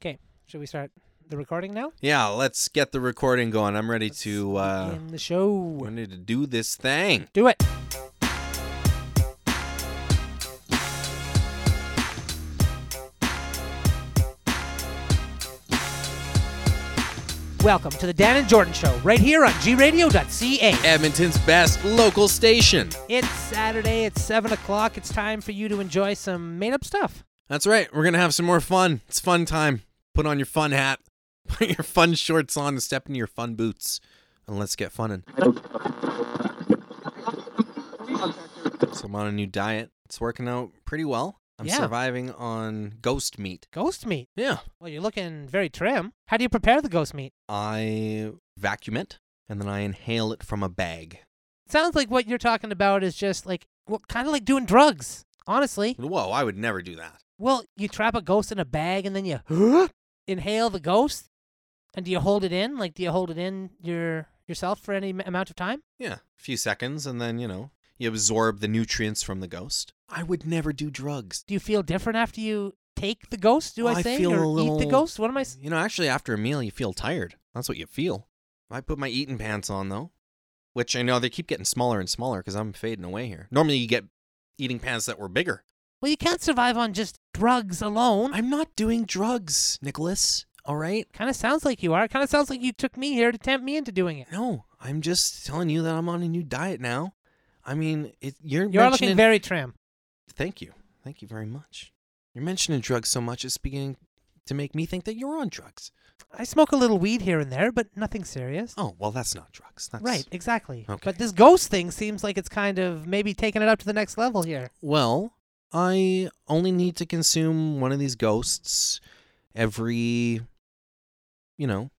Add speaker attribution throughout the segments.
Speaker 1: Okay, should we start the recording now?
Speaker 2: Yeah, let's get the recording going. I'm ready to uh
Speaker 1: Begin the show.
Speaker 2: we need to do this thing.
Speaker 1: Do it. Welcome to the Dan and Jordan Show, right here on gradio.ca.
Speaker 2: Edmonton's best local station.
Speaker 1: It's Saturday, it's 7 o'clock. It's time for you to enjoy some made up stuff.
Speaker 2: That's right. We're going to have some more fun. It's fun time. Put on your fun hat. Put your fun shorts on and step into your fun boots. And let's get funnin'. So I'm on a new diet. It's working out pretty well. I'm
Speaker 1: Yeah.
Speaker 2: surviving on ghost meat.
Speaker 1: Ghost meat.
Speaker 2: Yeah.
Speaker 1: Well, you're looking very trim. How do you prepare the ghost meat?
Speaker 2: I vacuum it and then I inhale it from a bag.
Speaker 1: Sounds like what you're talking about is just like, well, kind of like doing drugs, honestly.
Speaker 2: Whoa, I would never do that.
Speaker 1: Well, you trap a ghost in a bag and then you inhale the ghost. And do you hold it in? Like, do you hold it in your yourself for any m- amount of time?
Speaker 2: Yeah, a few seconds, and then, you know, you absorb the nutrients from the ghost. I would never do drugs.
Speaker 1: Do you feel different after you take the ghost? Do
Speaker 2: Well,
Speaker 1: I
Speaker 2: I
Speaker 1: say
Speaker 2: feel
Speaker 1: or
Speaker 2: a
Speaker 1: eat the
Speaker 2: little-
Speaker 1: ghost? What am I? s-
Speaker 2: You know, actually, after a meal, you feel tired. That's what you feel. I put my eating pants on, though, which I know they keep getting smaller and smaller because I'm fading away here. Normally, you get eating pants that were bigger.
Speaker 1: Well, you can't survive on just drugs alone.
Speaker 2: I'm not doing drugs, Nicholas. All right?
Speaker 1: Kind of sounds like you are. Kind of sounds like you took me here to tempt me into doing it.
Speaker 2: No, I'm just telling you that I'm on a new diet now. I mean, it, you're
Speaker 1: You are
Speaker 2: mentioning-
Speaker 1: looking very trim.
Speaker 2: Thank you. Thank you very much. You're mentioning drugs so much, it's beginning to make me think that you're on drugs.
Speaker 1: I smoke a little weed here and there, but nothing serious.
Speaker 2: Oh, well, that's not drugs. That's
Speaker 1: Right, exactly.
Speaker 2: Okay.
Speaker 1: But this ghost thing seems like it's kind of maybe taking it up to the next level here.
Speaker 2: Well, I only need to consume one of these ghosts every, you know,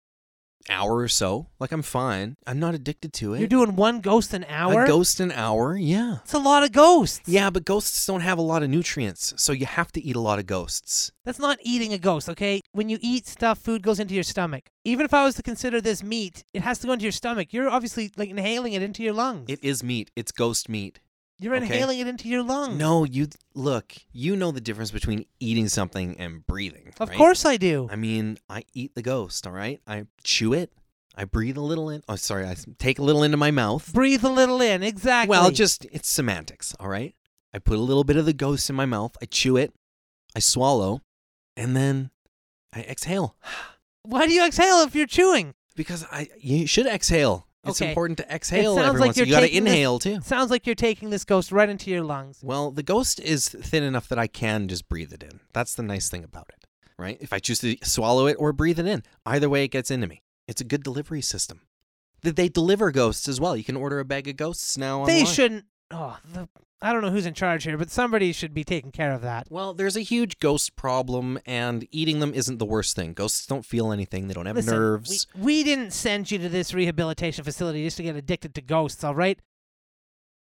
Speaker 2: hour or so. Like, I'm fine. I'm not addicted to it.
Speaker 1: You're doing one ghost an hour.
Speaker 2: A ghost an hour, yeah.
Speaker 1: That's a lot of ghosts.
Speaker 2: Yeah, but ghosts don't have a lot of nutrients, so you have to eat a lot of ghosts.
Speaker 1: That's not eating a ghost, okay? When you eat stuff, food goes into your stomach. Even if I was to consider this meat, it has to go into your stomach. You're obviously like inhaling it into your lungs.
Speaker 2: It is meat. It's ghost meat.
Speaker 1: You're
Speaker 2: okay.
Speaker 1: inhaling it into your lungs.
Speaker 2: No, you look, you know the difference between eating something and breathing.
Speaker 1: Of
Speaker 2: right?
Speaker 1: course I do.
Speaker 2: I mean, I eat the ghost, all right? I chew it. I breathe a little in. Oh, sorry. I s- take a little into my mouth.
Speaker 1: Breathe a little in, exactly.
Speaker 2: Well, just it's semantics, all right? I put a little bit of the ghost in my mouth. I chew it. I swallow. And then I exhale
Speaker 1: why do you exhale if you're chewing?
Speaker 2: because I you should exhale. It's
Speaker 1: Okay.
Speaker 2: important to exhale
Speaker 1: sounds
Speaker 2: every
Speaker 1: like
Speaker 2: once.
Speaker 1: you're
Speaker 2: you got to
Speaker 1: taking this-
Speaker 2: inhale too.
Speaker 1: Sounds like you're taking this ghost right into your lungs.
Speaker 2: Well, the ghost is thin enough that I can just breathe it in. That's the nice thing about it, right? If I choose to swallow it or breathe it in, either way, it gets into me. It's a good delivery system. Th- They deliver ghosts as well. You can order a bag of ghosts now.
Speaker 1: They
Speaker 2: online.
Speaker 1: shouldn't. Oh, the, I don't know who's in charge here, but somebody should be taking care of that.
Speaker 2: Well, there's a huge ghost problem, and eating them isn't the worst thing. Ghosts don't feel anything. They don't have
Speaker 1: Listen,
Speaker 2: nerves.
Speaker 1: We, we didn't send you to this rehabilitation facility just to get addicted to ghosts, all right?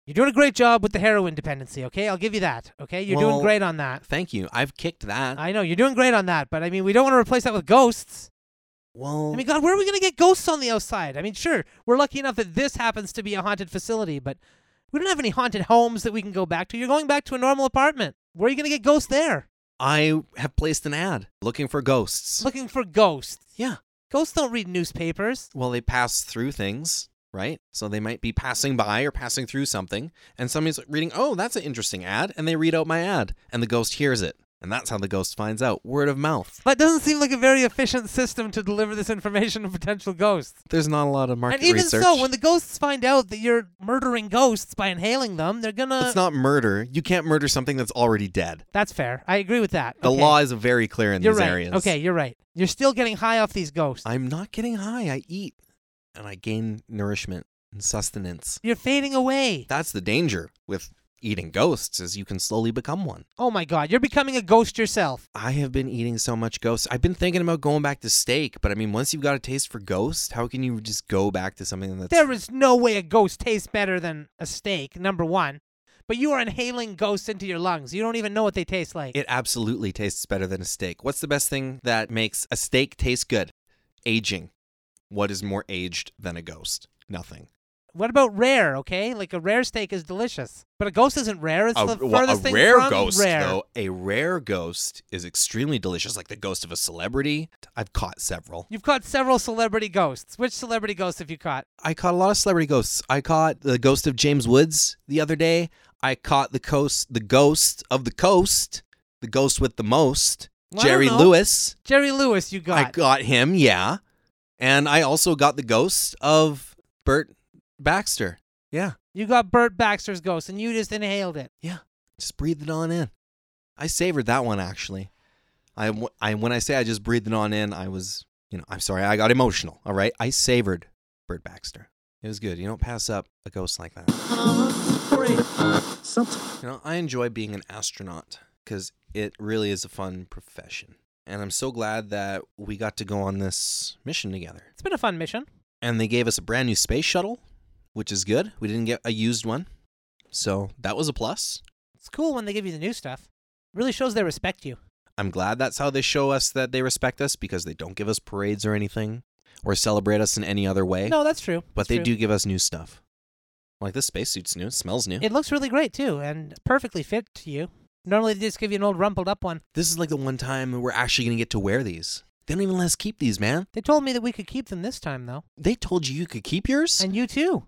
Speaker 1: You're doing a great job with the heroin dependency, okay? I'll give you that, okay? You're doing
Speaker 2: Well-
Speaker 1: great on that.
Speaker 2: Thank you. I've kicked that.
Speaker 1: I know, you're doing great on that, but I mean, we don't want to replace that with ghosts.
Speaker 2: well,
Speaker 1: I mean, God, where are we going to get ghosts on the outside? I mean, sure, we're lucky enough that this happens to be a haunted facility, but we don't have any haunted homes that we can go back to. You're going back to a normal apartment. Where are you going to get ghosts there?
Speaker 2: I have placed an ad looking for ghosts.
Speaker 1: Looking for ghosts.
Speaker 2: yeah.
Speaker 1: Ghosts don't read newspapers.
Speaker 2: well they pass through things right so they might be passing by or passing through something and somebody's reading oh that's an interesting ad and they read out my ad and the ghost hears it and that's how the ghost finds out word of mouth
Speaker 1: That doesn't seem like a very efficient system to deliver this information to potential ghosts.
Speaker 2: there's not a lot of market
Speaker 1: and even
Speaker 2: research
Speaker 1: so, when the ghosts find out that you're murdering ghosts by inhaling them, they're gonna.
Speaker 2: it's not murder you can't murder something that's already dead
Speaker 1: That's fair. I agree with that.
Speaker 2: the
Speaker 1: Okay.
Speaker 2: law is very clear in
Speaker 1: You're
Speaker 2: these
Speaker 1: right.
Speaker 2: areas
Speaker 1: Okay, you're right. You're still getting high off these ghosts.
Speaker 2: i'm not getting high i eat and i gain nourishment and sustenance
Speaker 1: You're fading away.
Speaker 2: that's the danger with eating ghosts is you can slowly become one
Speaker 1: Oh my God, you're becoming a ghost yourself.
Speaker 2: I have been eating so much ghost. I've been thinking about going back to steak, but I mean, once you've got a taste for ghost, how can you just go back to something that's
Speaker 1: There is no way a ghost tastes better than a steak. Number one, but you are inhaling ghosts into your lungs. You don't even know what they taste like.
Speaker 2: it absolutely tastes better than a steak. What's the best thing that makes a steak taste good? Aging. What is more aged than a ghost? Nothing.
Speaker 1: What about rare? Okay, like a rare steak is delicious, but a ghost isn't rare. It's
Speaker 2: a,
Speaker 1: the
Speaker 2: well, a
Speaker 1: furthest thing
Speaker 2: rare
Speaker 1: from
Speaker 2: ghost
Speaker 1: rare.
Speaker 2: though a rare ghost is extremely delicious like the ghost of a celebrity i've caught several
Speaker 1: You've caught several celebrity ghosts. Which celebrity ghosts have you caught?
Speaker 2: i caught a lot of celebrity ghosts i caught the ghost of james woods the other day i caught the coast the ghost of the coast the ghost with the most
Speaker 1: Well, I don't
Speaker 2: jerry
Speaker 1: know.
Speaker 2: lewis
Speaker 1: Jerry Lewis, you got.
Speaker 2: i got him yeah and i also got the ghost of bert baxter yeah
Speaker 1: you got Burt Baxter's ghost, and you just inhaled it.
Speaker 2: just breathe it on in. I savored that one actually. I, w- I- when I say I just breathed it on in, I was you know I'm sorry I got emotional. All right, I savored Bert Baxter. It was good. You don't pass up a ghost like that. You know I enjoy being an astronaut because it really is a fun profession, and I'm so glad that we got to go on this mission together.
Speaker 1: It's been a fun mission.
Speaker 2: And they gave us a brand new space shuttle, which is good. We didn't get a used one, so that was a plus.
Speaker 1: It's cool when they give you the new stuff. Really shows they respect you.
Speaker 2: I'm glad that's how they show us that they respect us because they don't give us parades or anything or celebrate us in any other way.
Speaker 1: No, that's true.
Speaker 2: but
Speaker 1: It's
Speaker 2: they
Speaker 1: true.
Speaker 2: do give us new stuff. Like this spacesuit's new, it smells new.
Speaker 1: It looks really great too, and perfectly fit to you. Normally they just give you an old rumpled up one.
Speaker 2: this is like the one time we're actually going to get to wear these. They don't even let us keep these, man.
Speaker 1: They told me that we could keep them this time though,
Speaker 2: They told you you could keep yours?
Speaker 1: and you too.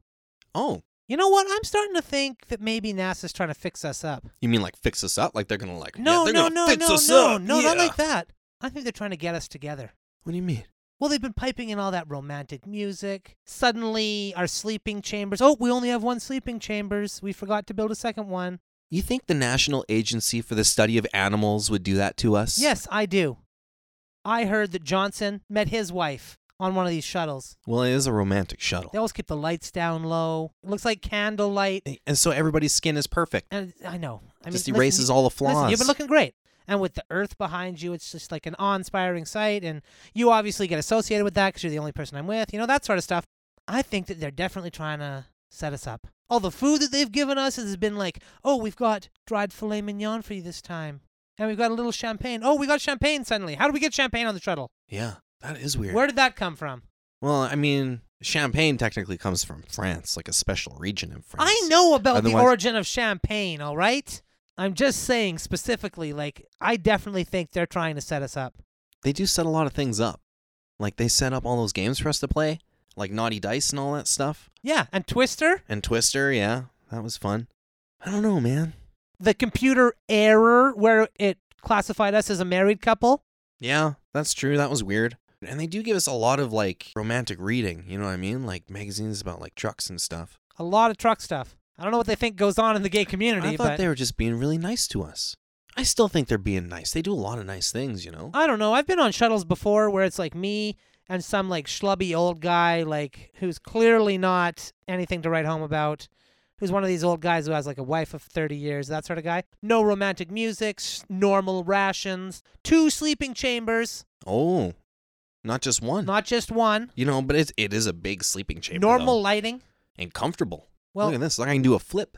Speaker 2: oh,
Speaker 1: You know what? I'm starting to think that maybe NASA's trying to fix us up.
Speaker 2: you mean like fix us up? Like they're going to like
Speaker 1: No,
Speaker 2: yeah, they're
Speaker 1: no,
Speaker 2: gonna
Speaker 1: no,
Speaker 2: fix
Speaker 1: no,
Speaker 2: us
Speaker 1: no,
Speaker 2: up.
Speaker 1: no, not
Speaker 2: yeah.
Speaker 1: like that. I think they're trying to get us together.
Speaker 2: What do you mean?
Speaker 1: Well, they've been piping in all that romantic music. Suddenly, our sleeping chambers. Oh, we only have one sleeping chambers. We forgot to build a second one.
Speaker 2: You think the National Agency for the Study of Animals would do that to us?
Speaker 1: Yes, I do. I heard that Johnson met his wife on one of these shuttles.
Speaker 2: Well, it is a romantic shuttle.
Speaker 1: They always keep the lights down low. It looks like candlelight.
Speaker 2: And so everybody's skin is perfect.
Speaker 1: And I know. I mean,
Speaker 2: just
Speaker 1: listen,
Speaker 2: erases all the flaws.
Speaker 1: Listen, you've been looking great. And with the earth behind you, it's just like an awe inspiring sight. And you obviously get associated with that because you're the only person I'm with, you know, that sort of stuff. I think that they're definitely trying to set us up. All the food that they've given us has been like, oh, we've got dried filet mignon for you this time. And we've got a little champagne. Oh, we got champagne suddenly. How do we get champagne on the shuttle?
Speaker 2: Yeah, that is weird.
Speaker 1: Where did that come from?
Speaker 2: well, I mean, champagne technically comes from France, like a special region in France.
Speaker 1: I know about the
Speaker 2: Otherwise-
Speaker 1: origin of champagne, all right? I'm just saying specifically, like, I definitely think they're trying to set us up.
Speaker 2: They do set a lot of things up. Like they set up all those games for us to play, like Naughty Dice and all that stuff.
Speaker 1: Yeah, and Twister?
Speaker 2: And Twister, yeah, that was fun. I don't know, man.
Speaker 1: the computer error where it classified us as a married couple.
Speaker 2: Yeah, that's true. That was weird. And they do give us a lot of like romantic reading, you know what I mean? Like magazines about like trucks and stuff.
Speaker 1: A lot of truck stuff. I don't know what they think goes on in the gay community,
Speaker 2: I
Speaker 1: but
Speaker 2: thought they were just being really nice to us. I still think they're being nice. They do a lot of nice things, you know?
Speaker 1: I don't know. I've been on shuttles before where it's like me and some like schlubby old guy, like who's clearly not anything to write home about. Who's one of these old guys who has like a wife of 30 years, that sort of guy. No romantic music, s- normal rations, two sleeping chambers,
Speaker 2: Oh, not just one.
Speaker 1: not just one,
Speaker 2: You know, but it's, it is a big sleeping chamber.
Speaker 1: normal
Speaker 2: though,
Speaker 1: lighting.
Speaker 2: and comfortable.
Speaker 1: Well,
Speaker 2: Look at this. Like I can do a flip.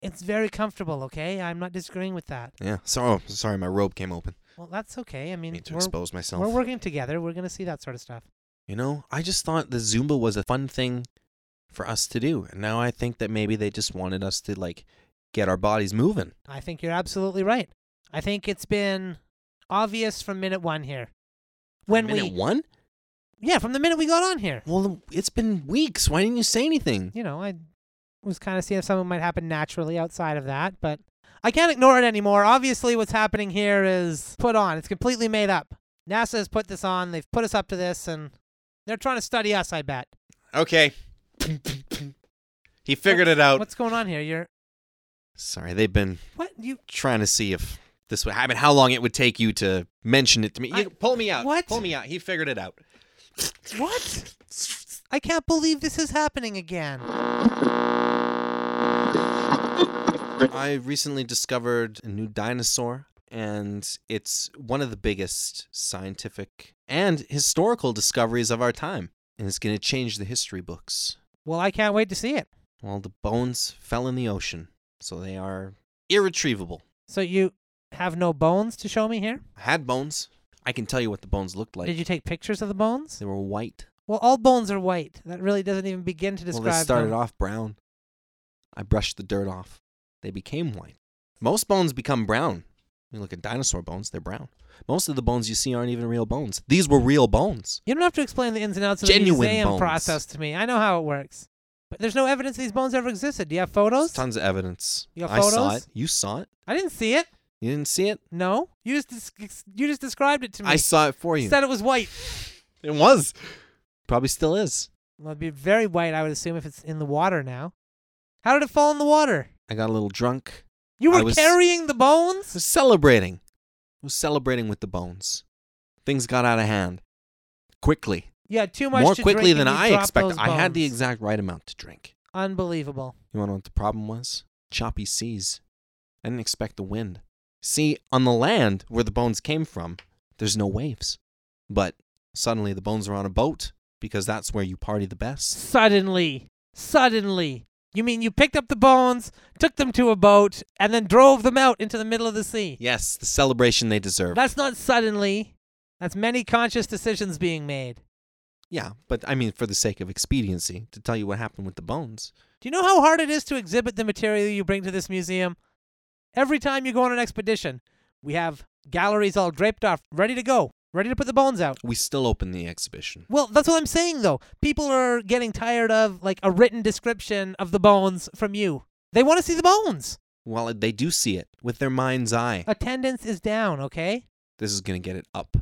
Speaker 1: it's very comfortable, okay? I'm not disagreeing with that.
Speaker 2: Yeah. Sorry, sorry, my robe came open.
Speaker 1: Well, that's okay. I
Speaker 2: I
Speaker 1: mean,
Speaker 2: need to
Speaker 1: we're,
Speaker 2: expose myself.
Speaker 1: we're working together. We're going to see that sort of stuff.
Speaker 2: you know, I just thought the Zumba was a fun thing for us to do, and now I think that maybe they just wanted us to like get our bodies moving.
Speaker 1: I think you're absolutely right. I think it's been obvious from minute one here. When
Speaker 2: minute
Speaker 1: we,
Speaker 2: one?
Speaker 1: yeah, from the minute we got on here,
Speaker 2: Well, it's been weeks. Why didn't you say anything?
Speaker 1: you know, I was kind of seeing if something might happen naturally outside of that, but I can't ignore it anymore. Obviously, what's happening here is put on. It's completely made up. NASA has put this on. They've put us up to this, and they're trying to study us. I bet.
Speaker 2: Okay. he figured it out.
Speaker 1: What's going on here? You're
Speaker 2: Sorry, they've been
Speaker 1: what you?
Speaker 2: trying to see if this would happen, how long it would take you to mention it to me.
Speaker 1: I-
Speaker 2: You- pull me out.
Speaker 1: What?
Speaker 2: Pull me out. He figured it out.
Speaker 1: What? I can't believe this is happening again.
Speaker 2: I recently discovered a new dinosaur, and it's one of the biggest scientific and historical discoveries of our time. And it's going to change the history books.
Speaker 1: Well, I can't wait to see it.
Speaker 2: Well, the bones fell in the ocean, so they are irretrievable.
Speaker 1: So you have no bones to show me here?
Speaker 2: I had bones. I can tell you what the bones looked like.
Speaker 1: Did you take pictures of the bones?
Speaker 2: They were white.
Speaker 1: Well, all bones are white. That really doesn't even begin to describe.
Speaker 2: well, they started
Speaker 1: them.
Speaker 2: off brown. I brushed the dirt off. They became white. Most bones become brown. You look at dinosaur bones, they're brown. Most of the bones you see aren't even real bones. These were real bones.
Speaker 1: You don't have to explain the ins and outs of the
Speaker 2: Genuine
Speaker 1: museum
Speaker 2: bones.
Speaker 1: process to me. I know how it works. But there's no evidence these bones ever existed. Do you have photos?
Speaker 2: Tons of evidence.
Speaker 1: You got
Speaker 2: I saw
Speaker 1: photos?
Speaker 2: it. You saw it.
Speaker 1: I didn't see it.
Speaker 2: You didn't see it?
Speaker 1: No, you just dis- you just described it to me.
Speaker 2: I saw it for you.
Speaker 1: said it was white.
Speaker 2: It was. Probably still is.
Speaker 1: Well, it'd be very white, I would assume, if it's in the water now. How did it fall in the water?
Speaker 2: I got a little drunk.
Speaker 1: You
Speaker 2: I
Speaker 1: were
Speaker 2: was-
Speaker 1: carrying the
Speaker 2: I
Speaker 1: bones.
Speaker 2: was celebrating. I was celebrating with the bones. Things got out of hand. Quickly.
Speaker 1: You had too much.
Speaker 2: More
Speaker 1: to
Speaker 2: quickly
Speaker 1: drink
Speaker 2: than
Speaker 1: and you
Speaker 2: I
Speaker 1: dropped
Speaker 2: expected.
Speaker 1: those
Speaker 2: I had the
Speaker 1: bones.
Speaker 2: exact right amount to drink.
Speaker 1: Unbelievable.
Speaker 2: You want to know what the problem was? Choppy seas. I didn't expect the wind. See, on the land where the bones came from, there's no waves. But suddenly the bones are on a boat because that's where you party the best.
Speaker 1: Suddenly, suddenly. You mean you picked up the bones, took them to a boat, and then drove them out into the middle of the sea?
Speaker 2: Yes, the celebration they deserve.
Speaker 1: That's not suddenly. That's many conscious decisions being made.
Speaker 2: yeah, but I mean, for the sake of expediency, to tell you what happened with the bones.
Speaker 1: Do you know how hard it is to exhibit the material you bring to this museum? Every time you go on an expedition, we have galleries all draped off, ready to go, ready to put the bones out.
Speaker 2: We still open the exhibition.
Speaker 1: Well, that's what I'm saying though. People are getting tired of like a written description of the bones from you. They want to see the bones.
Speaker 2: Well, they do see it with their mind's eye.
Speaker 1: Attendance is down, okay?
Speaker 2: This is going to get it up.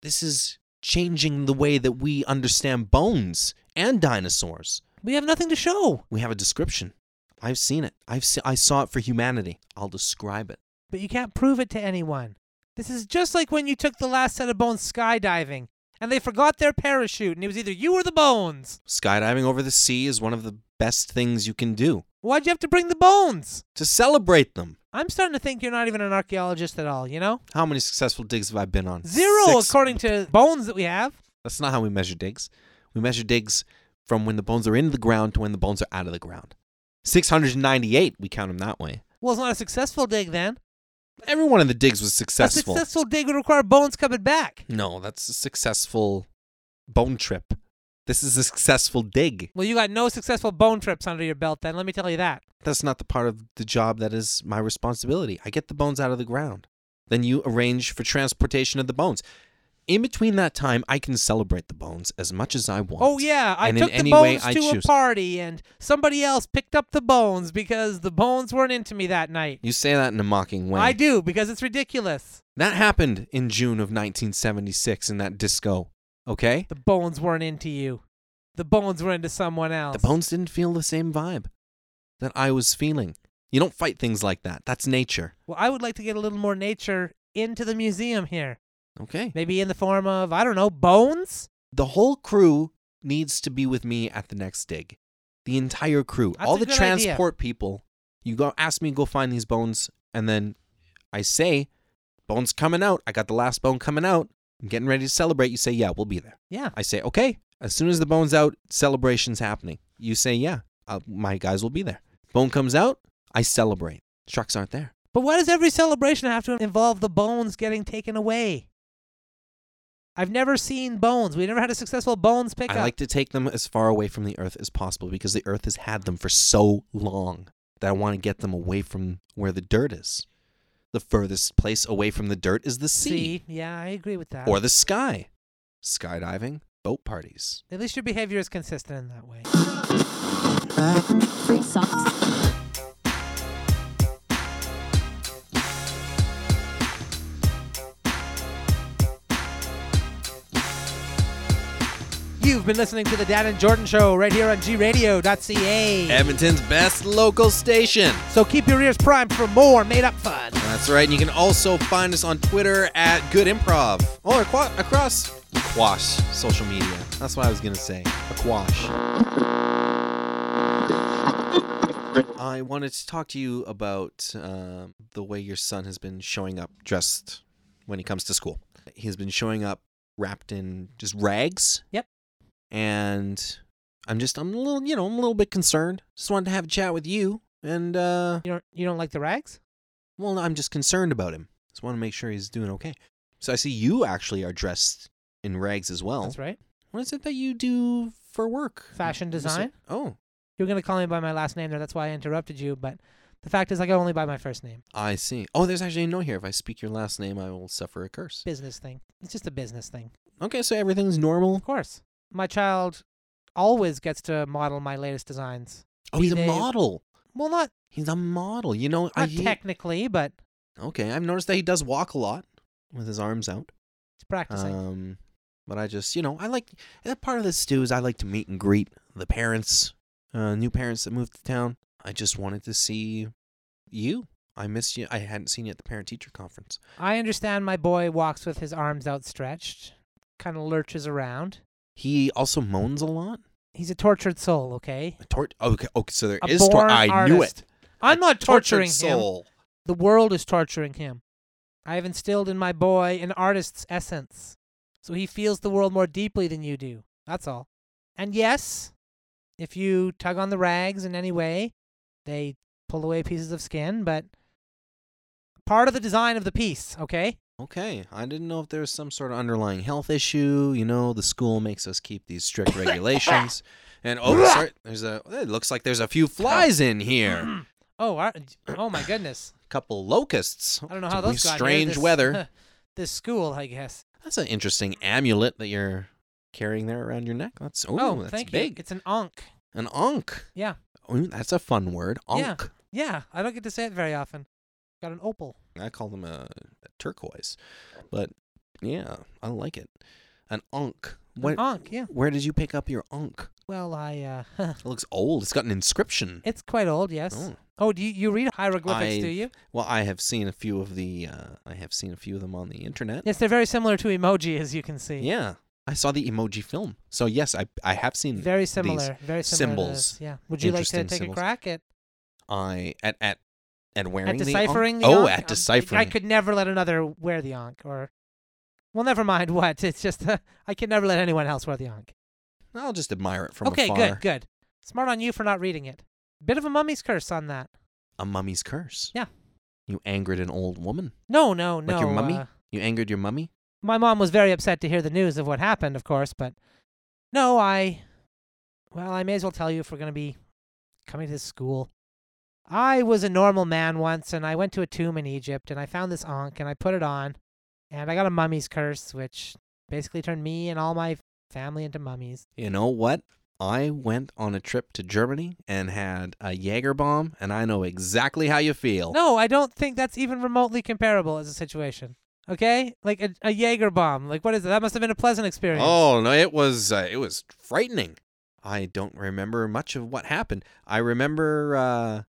Speaker 2: This is changing the way that we understand bones and dinosaurs.
Speaker 1: We have nothing to show.
Speaker 2: We have a description. I've seen it. I've se- I saw it for humanity. I'll describe it.
Speaker 1: But you can't prove it to anyone. This is just like when you took the last set of bones skydiving and they forgot their parachute and it was either you or the bones.
Speaker 2: Skydiving over the sea is one of the best things you can do
Speaker 1: Why'd you have to bring the bones?
Speaker 2: to celebrate them.
Speaker 1: I'm starting to think you're not even an archaeologist at all, you know?
Speaker 2: How many successful digs have I been on?
Speaker 1: Zero
Speaker 2: Six.
Speaker 1: according to bones that we have.
Speaker 2: That's not how we measure digs. We measure digs from when the bones are in the ground to when the bones are out of the ground. 698, we count them that way.
Speaker 1: Well, it's not a successful dig then.
Speaker 2: Every one of the digs was successful.
Speaker 1: A successful dig would require bones coming back.
Speaker 2: no, that's a successful bone trip. This is a successful dig.
Speaker 1: Well, you got no successful bone trips under your belt then, let me tell you that.
Speaker 2: that's not the part of the job that is my responsibility. I get the bones out of the ground. Then you arrange for transportation of the bones. In between that time, I can celebrate the bones as much as I want.
Speaker 1: Oh yeah, I
Speaker 2: And in
Speaker 1: took the
Speaker 2: any way
Speaker 1: bones
Speaker 2: I
Speaker 1: to a
Speaker 2: choose.
Speaker 1: party and somebody else picked up the bones because the bones weren't into me that night.
Speaker 2: You say that in a mocking way.
Speaker 1: I do because it's ridiculous.
Speaker 2: That happened in June of 1976 in that disco. Okay?
Speaker 1: The bones weren't into you. The bones were into someone else.
Speaker 2: The bones didn't feel the same vibe that I was feeling. You don't fight things like that. That's nature.
Speaker 1: well, I would like to get a little more nature into the museum here.
Speaker 2: Okay?
Speaker 1: Maybe in the form of, I don't know, bones?
Speaker 2: the whole crew needs to be with me at the next dig. The entire crew,
Speaker 1: That's
Speaker 2: all
Speaker 1: a
Speaker 2: the
Speaker 1: good idea.
Speaker 2: transport people. You go ask me to go find these bones, and then I say, "Bones coming out. I got the last bone coming out. I'm getting ready to celebrate." You say, "Yeah, we'll be there."
Speaker 1: Yeah.
Speaker 2: I say, "Okay." As soon as the bones out, celebration's happening. You say, "Yeah, uh, my guys will be there." Bone comes out, I celebrate. Trucks aren't there.
Speaker 1: But why does every celebration have to involve the bones getting taken away? I've never seen bones. We never had a successful bones pickup.
Speaker 2: I like to take them as far away from the earth as possible because the earth has had them for so long that I want to get them away from where the dirt is. The furthest place away from the dirt is the sea,
Speaker 1: See, yeah, I agree with that.
Speaker 2: or the sky. Skydiving, boat parties.
Speaker 1: At least your behavior is consistent in that way.
Speaker 3: Free socks.
Speaker 1: You've been listening to the Dan and Jordan Show right here on gradio.ca.
Speaker 2: Edmonton's best local station.
Speaker 1: so keep your ears primed for more made up fun.
Speaker 2: That's right. And you can also find us on Twitter at Good Improv or aqua- across Aquash social media. That's what I was going to say. Aquash. I wanted to talk to you about um the way your son has been showing up dressed when he comes to school. He's been showing up wrapped in just rags.
Speaker 1: Yep.
Speaker 2: And I'm just, I'm a little, you know, I'm a little bit concerned. Just wanted to have a chat with you and, uh,
Speaker 1: You don't, you don't like the rags?
Speaker 2: well, I'm just concerned about him. Just want to make sure he's doing okay. So I see you actually are dressed in rags as well.
Speaker 1: That's right.
Speaker 2: What is it that you do for work?
Speaker 1: Fashion
Speaker 2: Mr.
Speaker 1: design?
Speaker 2: Oh,
Speaker 1: You were gonna call me by my last name there. That's why I interrupted you. But the fact is, I go only by my first name.
Speaker 2: I see. Oh, there's actually a note here. If I speak your last name, I will suffer a curse.
Speaker 1: Business thing. It's just a business thing.
Speaker 2: Okay, so everything's normal.
Speaker 1: Of course, my child always gets to model my latest designs.
Speaker 2: Oh, he's a
Speaker 1: They-
Speaker 2: model.
Speaker 1: Well, not
Speaker 2: He's a model. You know, I
Speaker 1: not technically, but
Speaker 2: okay. I've noticed that he does walk a lot with his arms out.
Speaker 1: it's practicing.
Speaker 2: Um, but I just, you know, I like that part of this stew is I like to meet and greet the parents, uh, new parents that moved to town. I just wanted to see you. I missed you. I hadn't seen you at the parent teacher conference.
Speaker 1: I understand my boy walks with his arms outstretched, kind of lurches around.
Speaker 2: He also moans a lot.
Speaker 1: He's a tortured soul, okay?
Speaker 2: Tor- okay, okay, so there
Speaker 1: A
Speaker 2: is. Tor-
Speaker 1: born
Speaker 2: I knew it.
Speaker 1: artist. I'm not torturing
Speaker 2: Tortured
Speaker 1: him.
Speaker 2: soul.
Speaker 1: The world is torturing him. I have instilled in my boy an artist's essence, so he feels the world more deeply than you do. That's all. And yes, if you tug on the rags in any way, they pull away pieces of skin, but part of the design of the piece, okay?
Speaker 2: Okay, I didn't know if there was some sort of underlying health issue. You know, the school makes us keep these strict regulations. And oh, sorry, there's a. It looks like there's a few flies in here.
Speaker 1: Oh, our, oh my goodness.
Speaker 2: couple locusts.
Speaker 1: I don't know
Speaker 2: It's
Speaker 1: how
Speaker 2: a
Speaker 1: those
Speaker 2: wee
Speaker 1: got here.
Speaker 2: strange
Speaker 1: This-
Speaker 2: weather.
Speaker 1: this school, I guess.
Speaker 2: That's an interesting amulet that you're carrying there around your neck. That's ooh,
Speaker 1: oh,
Speaker 2: that's
Speaker 1: thank you.
Speaker 2: big.
Speaker 1: It's an onk.
Speaker 2: An onk.
Speaker 1: Yeah.
Speaker 2: Ooh, that's a fun word.
Speaker 1: Yeah.
Speaker 2: Onk.
Speaker 1: Yeah, I don't get to say it very often. Got an opal.
Speaker 2: I call them a, a turquoise, but yeah, I like it. An onk.
Speaker 1: An
Speaker 2: What?
Speaker 1: onk, yeah.
Speaker 2: Where did you pick up your onk?
Speaker 1: Well, I uh
Speaker 2: It looks old. It's got an inscription.
Speaker 1: it's quite old, yes.
Speaker 2: Oh.
Speaker 1: Oh, do you, you read hieroglyphics, do
Speaker 2: I've-
Speaker 1: you?
Speaker 2: Well, I have seen a few of the. Uh, I have seen a few of them on the internet.
Speaker 1: Yes, they're very similar to emoji as you can see.
Speaker 2: Yeah, I saw the emoji film. So yes, I I have seen
Speaker 1: Very similar, very similar. to
Speaker 2: symbols.
Speaker 1: this, Yeah. Would you like to
Speaker 2: Interesting
Speaker 1: take
Speaker 2: symbols.
Speaker 1: a crack at,
Speaker 2: I at at at wearing
Speaker 1: at
Speaker 2: the
Speaker 1: deciphering the,
Speaker 2: onk? oh
Speaker 1: onk? Um,
Speaker 2: at deciphering.
Speaker 1: I could never let another wear the onk or Well, never mind what. It's just uh, I can never let anyone else wear the onk.
Speaker 2: I'll just admire it from
Speaker 1: okay,
Speaker 2: afar.
Speaker 1: good, good. Smart on you for not reading it. Bit of a mummy's curse on that.
Speaker 2: A mummy's curse.
Speaker 1: Yeah.
Speaker 2: You angered an old woman.
Speaker 1: No, no, no.
Speaker 2: Like your mummy?
Speaker 1: uh,
Speaker 2: You angered your mummy.
Speaker 1: my mom was very upset to hear the news of what happened, of course, but no, I. Well, I may as well tell you if we're going to be coming to this school. I was a normal man once, and I went to a tomb in Egypt, and I found this ankh, and I put it on, and I got a mummy's curse, which basically turned me and all my family into mummies.
Speaker 2: You know what? I went on a trip to Germany and had a Jaeger bomb, and I know exactly how you feel.
Speaker 1: No, I don't think that's even remotely comparable as a situation. Okay? Like a, a Jaeger bomb. Like, what is it? That must have been a pleasant experience.
Speaker 2: Oh no, it was uh, it was frightening. I don't remember much of what happened. I remember uh,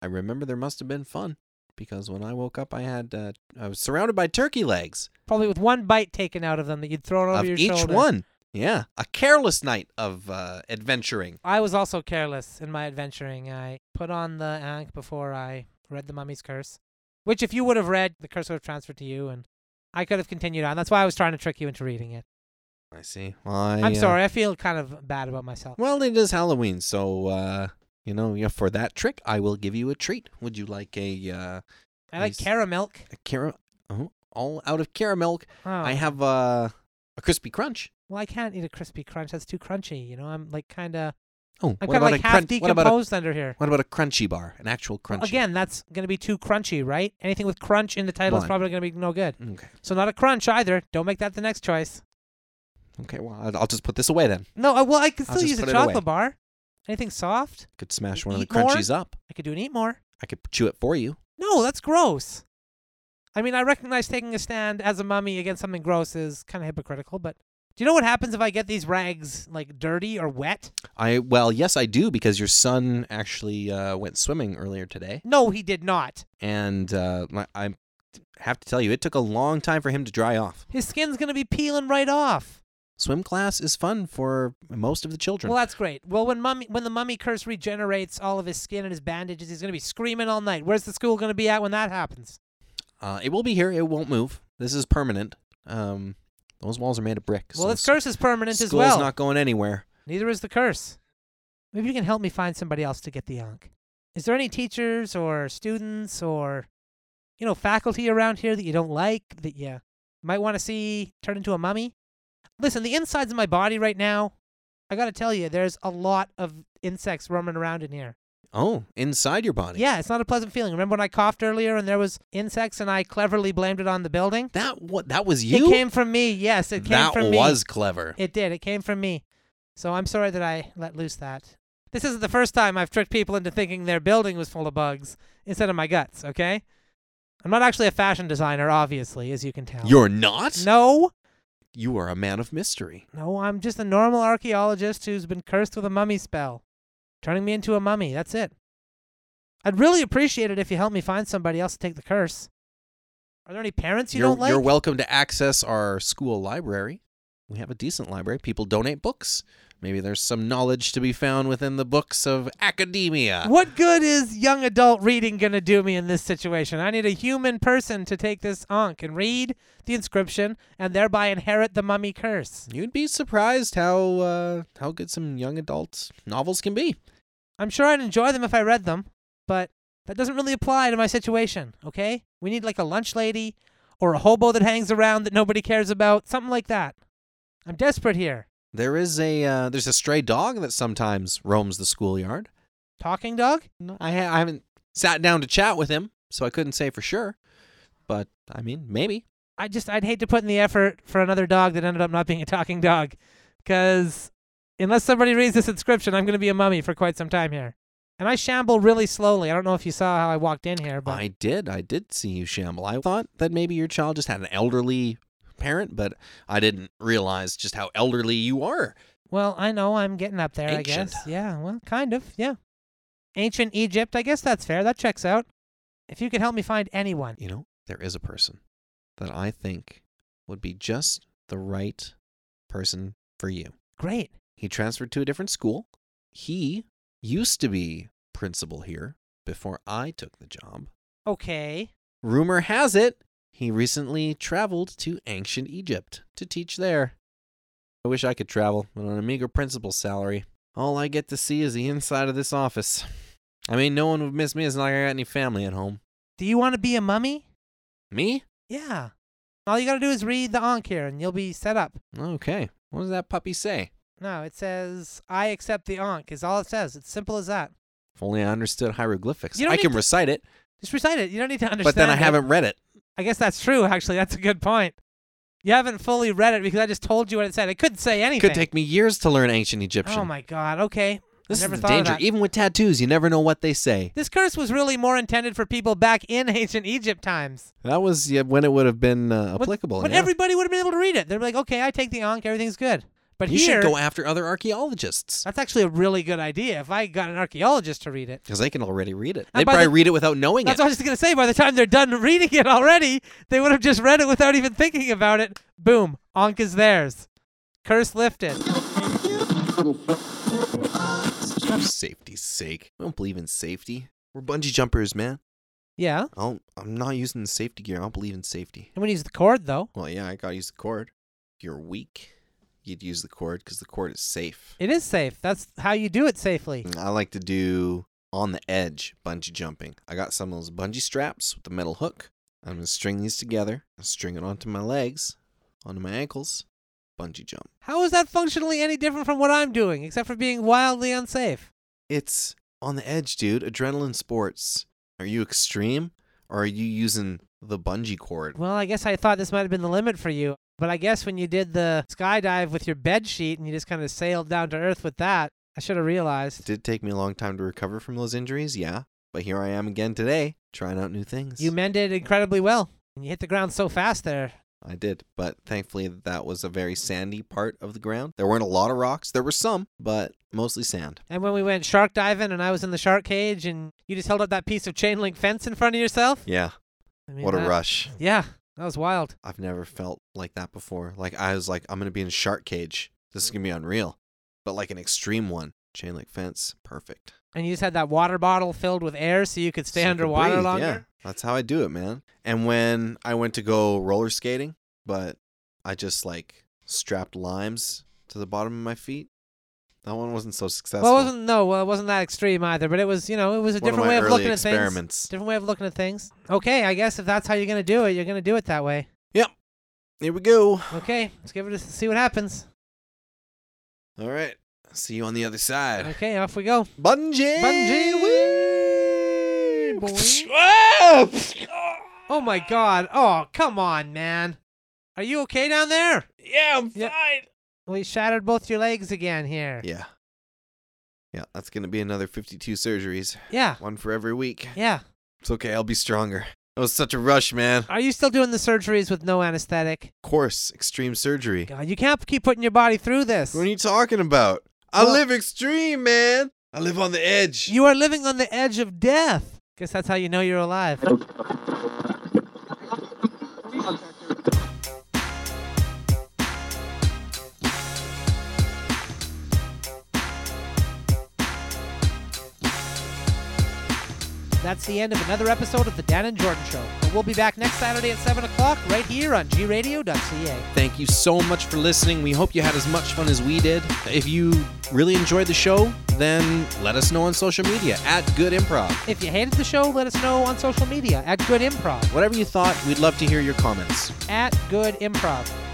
Speaker 2: I remember there must have been fun because when I woke up, I had uh, I was surrounded by turkey legs
Speaker 1: Probably with one bite taken out of them that you'd thrown over
Speaker 2: of
Speaker 1: your
Speaker 2: each
Speaker 1: shoulder.
Speaker 2: one. Yeah, a careless night of uh, adventuring.
Speaker 1: I was also careless in my adventuring. I put on the Ankh before I read the Mummy's Curse, which, if you would have read, the curse would have transferred to you, and I could have continued on. That's why I was trying to trick you into reading it.
Speaker 2: I see. Well, I,
Speaker 1: I'm
Speaker 2: uh,
Speaker 1: sorry. I feel kind of bad about myself.
Speaker 2: Well, it is Halloween, so uh, you know, yeah, for that trick, I will give you a treat. Would you like a uh,
Speaker 1: I like
Speaker 2: Nice.
Speaker 1: caramel.
Speaker 2: a caramel? Oh, all out of caramel.
Speaker 1: Oh,
Speaker 2: I have uh, a crispy crunch.
Speaker 1: well, I can't eat a crispy crunch. That's too crunchy. You know, I'm like kind of,
Speaker 2: Oh,
Speaker 1: I'm kind of
Speaker 2: what about
Speaker 1: like
Speaker 2: a
Speaker 1: half
Speaker 2: crunch? What about a
Speaker 1: decomposed under here.
Speaker 2: What about a crunchy bar? An actual crunchy.
Speaker 1: Again, that's gonna be too crunchy, right? Anything with crunch in the title
Speaker 2: One.
Speaker 1: is probably gonna be no good.
Speaker 2: Okay.
Speaker 1: So not a crunch either. Don't make that the next choice.
Speaker 2: Okay. Well, I'll- I'll just put this away then.
Speaker 1: No, I, well, I could
Speaker 2: I'll
Speaker 1: still
Speaker 2: just
Speaker 1: use
Speaker 2: put
Speaker 1: a
Speaker 2: it away.
Speaker 1: chocolate bar. Anything soft?
Speaker 2: I could smash one of the
Speaker 1: Eat more?
Speaker 2: crunchies up.
Speaker 1: I could do an eat more.
Speaker 2: I could chew it for you.
Speaker 1: No, that's gross. I mean, I recognize taking a stand as a mummy against something gross is kind of hypocritical, but do you know what happens if I get these rags like dirty or wet?
Speaker 2: I well, yes, I do because your son actually uh, went swimming earlier today,
Speaker 1: No, he did not.
Speaker 2: and uh, my, I have to tell you, it took a long time for him to dry off.
Speaker 1: His skin's gonna be peeling right off.
Speaker 2: Swim class is fun for most of the children.
Speaker 1: Well, that's great. Well, when mummy, when the mummy curse regenerates all of his skin and his bandages, he's gonna be screaming all night. Where's the school gonna be at when that happens?
Speaker 2: Uh, it will be here. It won't move. This is permanent. Um, those walls are made of brick.
Speaker 1: Well,
Speaker 2: so
Speaker 1: this curse is permanent
Speaker 2: school's
Speaker 1: as well.
Speaker 2: not going anywhere.
Speaker 1: Neither is the curse. Maybe you can help me find somebody else to get the onk. Is there any teachers or students or, you know, faculty around here that you don't like that you might want to see turn into a mummy? Listen, the insides of my body right now, I got to tell you, there's a lot of insects roaming around in here.
Speaker 2: Oh, inside your body.
Speaker 1: Yeah, it's not a pleasant feeling. Remember when I coughed earlier and there was insects and I cleverly blamed it on the building?
Speaker 2: That what? That was you.
Speaker 1: It came from me. Yes, it came
Speaker 2: that
Speaker 1: from me.
Speaker 2: was clever.
Speaker 1: It did. It came from me. So I'm sorry that I let loose that. This isn't the first time I've tricked people into thinking their building was full of bugs instead of my guts, okay? I'm not actually a fashion designer, obviously, as you can tell.
Speaker 2: You're not.
Speaker 1: No,
Speaker 2: You are a man of mystery.
Speaker 1: no, I'm just a normal archaeologist who's been cursed with a mummy spell, turning me into a mummy. That's it. I'd really appreciate it if you helped me find somebody else to take the curse. Are there any parents you
Speaker 2: are
Speaker 1: don't like?
Speaker 2: You're welcome to access our school library. We have a decent library. People donate books. Maybe there's some knowledge to be found within the books of academia.
Speaker 1: What good is young adult reading going to do me in this situation? I need a human person to take this onk and read the inscription and thereby inherit the mummy curse.
Speaker 2: You'd be surprised how uh, how good some young adult novels can be.
Speaker 1: I'm sure I'd enjoy them if I read them, but that doesn't really apply to my situation, okay? We need like a lunch lady or a hobo that hangs around that nobody cares about, something like that. I'm desperate here.
Speaker 2: There is a uh, there's a stray dog that sometimes roams the schoolyard.
Speaker 1: Talking dog?
Speaker 2: No, I, ha- I haven't sat down to chat with him, so I couldn't say for sure. But I mean, maybe.
Speaker 1: I just I'd hate to put in the effort for another dog that ended up not being a talking dog, because unless somebody reads this inscription, I'm going to be a mummy for quite some time here. And I shamble really slowly. I don't know if you saw how I walked in here, but
Speaker 2: I did. I did see you shamble. I thought that maybe your child just had an elderly parent, but I didn't realize just how elderly you are.
Speaker 1: well, I know I'm getting up there. I
Speaker 2: Ancient.
Speaker 1: guess. Yeah. Well, kind of. Yeah. Ancient Egypt. I guess that's fair. That checks out. If you could help me find anyone,
Speaker 2: You know, there is a person that I think would be just the right person for you.
Speaker 1: great.
Speaker 2: He transferred to a different school. He used to be principal here before I took the job.
Speaker 1: Okay.
Speaker 2: Rumor has it he recently traveled to ancient Egypt to teach there. I wish I could travel, but on a meager principal salary, all I get to see is the inside of this office. I mean, no one would miss me. It's not like I got any family at home.
Speaker 1: Do you want to be a mummy?
Speaker 2: Me?
Speaker 1: Yeah. All you gotta do is read the Ankh here, and you'll be set up.
Speaker 2: Okay. What does that puppy say?
Speaker 1: No, it says I accept the Ankh is all it says. It's simple as that.
Speaker 2: If only I understood hieroglyphics.
Speaker 1: You don't
Speaker 2: I
Speaker 1: need
Speaker 2: can
Speaker 1: to
Speaker 2: recite it,
Speaker 1: Just recite it. You don't need to understand.
Speaker 2: but then I
Speaker 1: it.
Speaker 2: haven't read it.
Speaker 1: I guess that's true. Actually, that's a good point. You haven't fully read it because I just told you what it said. It couldn't say
Speaker 2: It
Speaker 1: anything.
Speaker 2: could take me years to learn ancient Egyptian.
Speaker 1: Oh my God. Okay.
Speaker 2: This
Speaker 1: I never
Speaker 2: is the
Speaker 1: thought of
Speaker 2: danger.
Speaker 1: that.
Speaker 2: Even with tattoos, you never know what they say.
Speaker 1: This curse was really more intended for people back in ancient Egypt times.
Speaker 2: That was yeah, when it would have been uh,
Speaker 1: But-
Speaker 2: applicable.
Speaker 1: But
Speaker 2: yeah.
Speaker 1: everybody would have been able to read it. They're like, okay, I take the Ankh. Everything's good. But
Speaker 2: you
Speaker 1: here, Uh,
Speaker 2: should go after other archaeologists
Speaker 1: that's actually a really good idea. If I got an archaeologist to read it.
Speaker 2: because they can already read it.
Speaker 1: And
Speaker 2: They
Speaker 1: uh, by
Speaker 2: probably
Speaker 1: the-
Speaker 2: read it without knowing
Speaker 1: That's
Speaker 2: it.
Speaker 1: what I was just gonna say. By the time they're done reading it already, they would have just read it without even thinking about it. Boom, Ankh is theirs. Curse lifted.
Speaker 2: For safety's sake, I don't believe in safety. We're bungee jumpers, man.
Speaker 1: Yeah,
Speaker 2: I don't, I'm not using the safety gear. I don't believe in safety.
Speaker 1: I'm gonna use the cord though.
Speaker 2: Well, yeah, I gotta use the cord. If you're weak, you'd use the cord because the cord is safe.
Speaker 1: It is safe. That's how you do it safely.
Speaker 2: I like to do on the edge bungee jumping. I got some of those bungee straps with the metal hook. I'm gonna string these together, string it onto my legs, onto my ankles, bungee jump.
Speaker 1: How is that functionally any different from what I'm doing, except for being wildly unsafe?
Speaker 2: It's on the edge, dude. Adrenaline sports. Are you extreme or are you using the bungee cord?
Speaker 1: Well, I guess I thought this might have been the limit for you, but I guess when you did the skydive with your bed sheet and you just kind of sailed down to earth with that, I should have
Speaker 2: It
Speaker 1: realized.
Speaker 2: did take me a long time to recover from those injuries, yeah, but here I am again today, trying out new things.
Speaker 1: You mended incredibly well, and you hit the ground so fast there.
Speaker 2: I did, but thankfully that was a very sandy part of the ground. There weren't a lot of rocks. There were some, but mostly sand.
Speaker 1: And when we went shark diving and I was in the shark cage and you just held up that piece of chain link fence in front of yourself.
Speaker 2: Yeah.
Speaker 1: I mean,
Speaker 2: what a
Speaker 1: that-
Speaker 2: rush.
Speaker 1: Yeah, that was wild.
Speaker 2: I've never felt like that before. Like I was like, I'm gonna be in a shark cage. This is gonna be unreal. But like an extreme one. Chain link fence, perfect.
Speaker 1: And you just had that water bottle filled with air so you could stay
Speaker 2: So I could
Speaker 1: underwater
Speaker 2: breathe,
Speaker 1: longer.
Speaker 2: Yeah. That's how I do it, man. And when I went to go roller skating, but I just like strapped limes to the bottom of my feet. That one wasn't so successful.
Speaker 1: well, it wasn't no, well, it wasn't that extreme either, but it was, you know, it was a
Speaker 2: one
Speaker 1: different
Speaker 2: of my
Speaker 1: way of
Speaker 2: early
Speaker 1: looking at things.
Speaker 2: experiments.
Speaker 1: Different way of looking at things. Okay, I guess if that's how you're gonna do it, you're gonna do it that way.
Speaker 2: Here we go.
Speaker 1: Okay, let's give it a see what happens.
Speaker 2: All right. See you on the other side.
Speaker 1: Okay, off we go.
Speaker 2: Bungee.
Speaker 1: Bungee
Speaker 2: wee!
Speaker 1: boy.
Speaker 2: Ah!
Speaker 1: Oh my god. Oh, come on, man. Are you okay down there?
Speaker 2: Yeah, I'm
Speaker 1: Yeah.
Speaker 2: fine.
Speaker 1: Well, you shattered both your legs again here.
Speaker 2: Yeah. Yeah, that's gonna be another 52 surgeries,
Speaker 1: Yeah.
Speaker 2: one for every week.
Speaker 1: Yeah.
Speaker 2: It's okay. I'll be stronger. That was such a rush, man.
Speaker 1: Are you still doing the surgeries with no anesthetic?
Speaker 2: Course, extreme surgery.
Speaker 1: God, you can't keep putting your body through this.
Speaker 2: What are you talking about? I
Speaker 1: Well-
Speaker 2: live extreme, man. I live on the edge.
Speaker 1: You are living on the edge of death. Guess that's how you know you're alive. That's the end of another episode of The Dan and Jordan Show. But we'll be back next Saturday at 7 o'clock right here on gradio.ca.
Speaker 2: Thank you so much for listening. We hope you had as much fun as we did. If you really enjoyed the show, then let us know on social media at Good Improv.
Speaker 1: If you hated the show, let us know on social media at Good Improv.
Speaker 2: Whatever you thought, we'd love to hear your comments.
Speaker 1: At Good Improv.